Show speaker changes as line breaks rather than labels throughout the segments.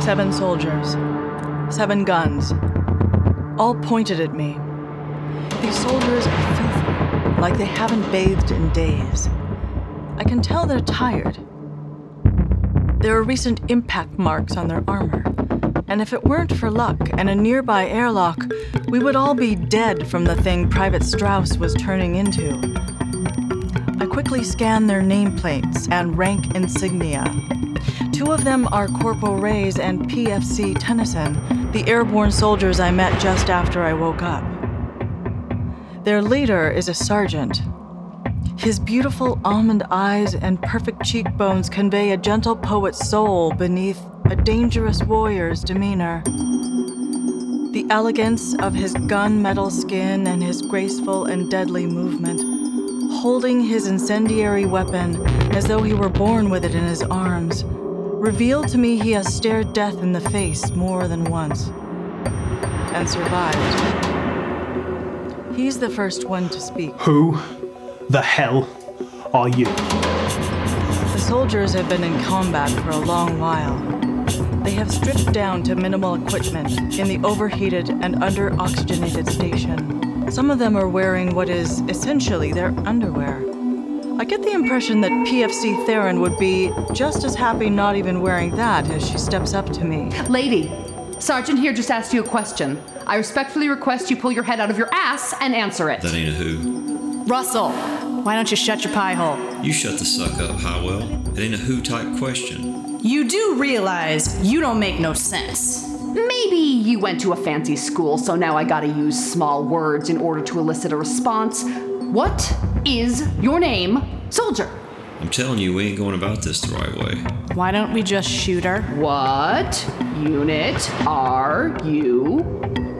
Seven soldiers, seven guns, all pointed at me. These soldiers are filthy, like they haven't bathed in days. I can tell they're tired. There are recent impact marks on their armor, and if it weren't for luck and a nearby airlock, we would all be dead from the thing Private Strauss was turning into. I quickly scan their nameplates and rank insignia. Two of them are Corporal Rays and PFC Tennyson, the airborne soldiers I met just after I woke up. Their leader is a sergeant. His beautiful almond eyes and perfect cheekbones convey a gentle poet's soul beneath a dangerous warrior's demeanor. The elegance of his gunmetal skin and his graceful and deadly movement, holding his incendiary weapon as though he were born with it in his arms, revealed to me he has stared death in the face more than once and survived. He's the first one to speak.
Who the hell are you?
The soldiers have been in combat for a long while. They have stripped down to minimal equipment in the overheated and under oxygenated station. Some of them are wearing what is essentially their underwear. I get the impression that PFC Theron would be just as happy not even wearing that as she steps up to me.
Lady, Sergeant here just asked you a question. I respectfully request you pull your head out of your ass and answer it.
That ain't a who.
Russell, why don't you shut your pie hole?
You shut the suck up, Howell. It ain't a who type question.
You do realize you don't make no sense.
Maybe you went to a fancy school, so now I gotta use small words in order to elicit a response. What is your name, soldier?
I'm telling you, we ain't going about this the right way.
Why don't we just shoot her?
What unit are you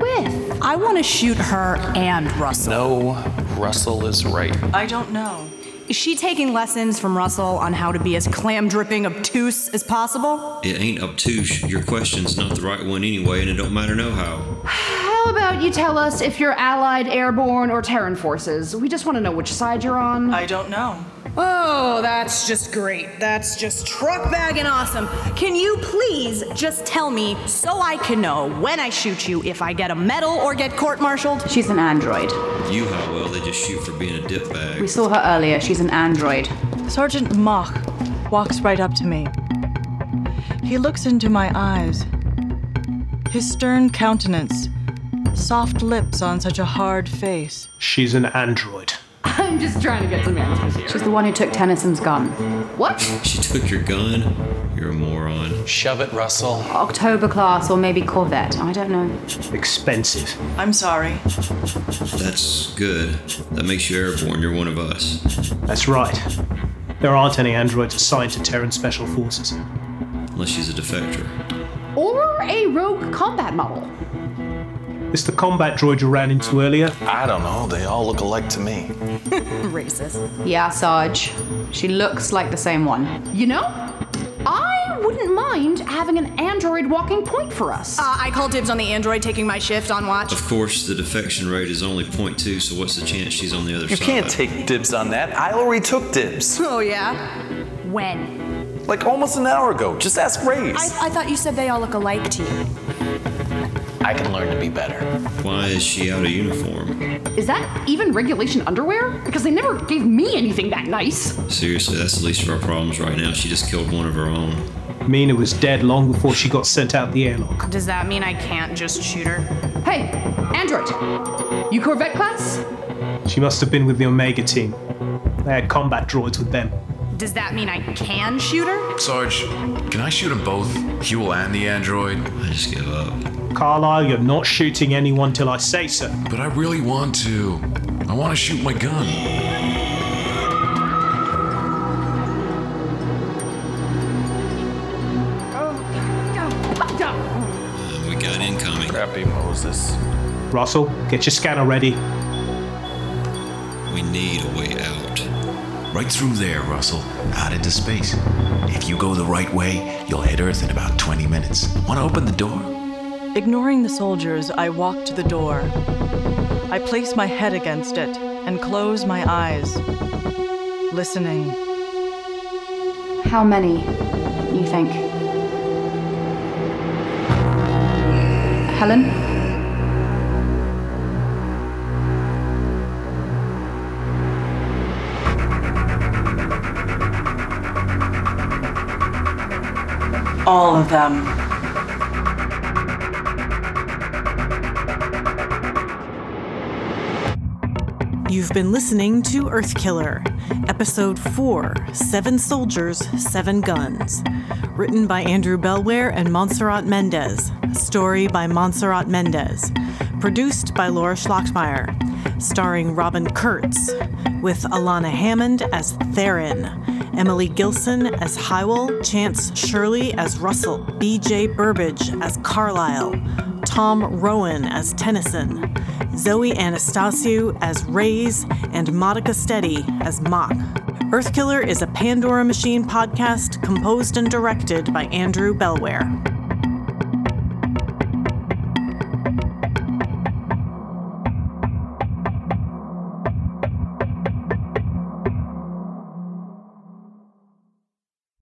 with?
I want to shoot her and Russell.
No, Russell is right.
I don't know.
Is she taking lessons from Russell on how to be as clam dripping obtuse as possible?
It ain't obtuse. Your question's not the right one anyway, and it don't matter no how.
How about you tell us if you're Allied, Airborne, or Terran forces? We just wanna know which side you're on.
I don't know.
Oh, that's just great. That's just truck bagging awesome. Can you please just tell me so I can know when I shoot you if I get a medal or get court martialed?
She's an android.
You, Howell, they just shoot for being a dipbag.
We saw her earlier. She's an android.
Sergeant Mach walks right up to me. He looks into my eyes. His stern countenance, soft lips on such a hard face.
She's an android.
I'm just trying to get some answers here.
She's the one who took Tennyson's gun.
What?
She took your gun? You're a moron.
Shove it, Russell.
October class or maybe Corvette. I don't know.
Expensive.
I'm sorry.
That's good. That makes you airborne. You're one of us.
That's right. There aren't any androids assigned to Terran Special Forces.
Unless she's a defector.
Or a rogue combat model.
It's the combat droid you ran into earlier.
I don't know. They all look alike to me.
Racist.
Yeah, Sarge. She looks like the same one.
You know, I wouldn't mind having an android walking point for us.
Ah.
Uh, I call dibs on the android taking my shift on watch.
Of course, the defection rate is only 0.2, so what's the chance she's on the other
You
side?
can't take dibs on that. I already took dibs.
Oh, yeah?
when?
Like almost an hour ago. Just ask Rays.
I,
I,
I thought you said they all look alike to you.
can learn to be better.
Why is she out of uniform?
Is that even regulation underwear? Because they never gave me anything that nice.
Seriously, that's the least of our problems right now. She just killed one of her own.
Mina was dead long before she got sent out the airlock.
Does that mean I can't just shoot her?
Hey, Android, you Corvette class?
She must have been with the Omega team. They had combat droids with them.
Does that mean I can shoot her?
Sarge, can I shoot them both? Huel and the android?
I just give up.
Carlisle, you're not shooting anyone till I say so.
But I really want to. I want to shoot my gun.
Uh, we got incoming.
Crappy Moses.
Russell, get your scanner ready.
We need a way out.
Right through there, Russell. Out into space. If you go the right way, you'll hit Earth in about 20 minutes. Want to open the door?
Ignoring the soldiers, I walk to the door. I place my head against it and close my eyes, listening.
How many, you think?
Helen?
All of them.
You've been listening to Earth Killer, Episode 4 Seven Soldiers, Seven Guns. Written by Andrew Bellware and Montserrat Mendez. Story by Montserrat Mendez. Produced by Laura Schlockmeyer. Starring Robin Kurtz, with Alana Hammond as Theron, Emily Gilson as Hywell, Chance Shirley as Russell, BJ Burbage as Carlisle. Tom Rowan as Tennyson, Zoe Anastasio as Rays, and Monica Steady as Mock. Earthkiller is a Pandora Machine podcast composed and directed by Andrew Bellware.